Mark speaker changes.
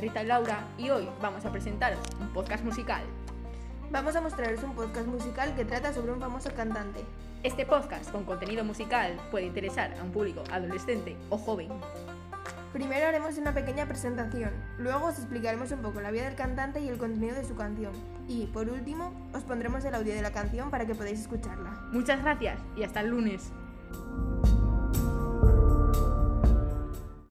Speaker 1: Rita Laura y hoy vamos a presentaros un podcast musical.
Speaker 2: Vamos a mostraros un podcast musical que trata sobre un famoso cantante.
Speaker 1: Este podcast con contenido musical puede interesar a un público adolescente o joven.
Speaker 2: Primero haremos una pequeña presentación, luego os explicaremos un poco la vida del cantante y el contenido de su canción. Y, por último, os pondremos el audio de la canción para que podáis escucharla.
Speaker 1: Muchas gracias y hasta el lunes.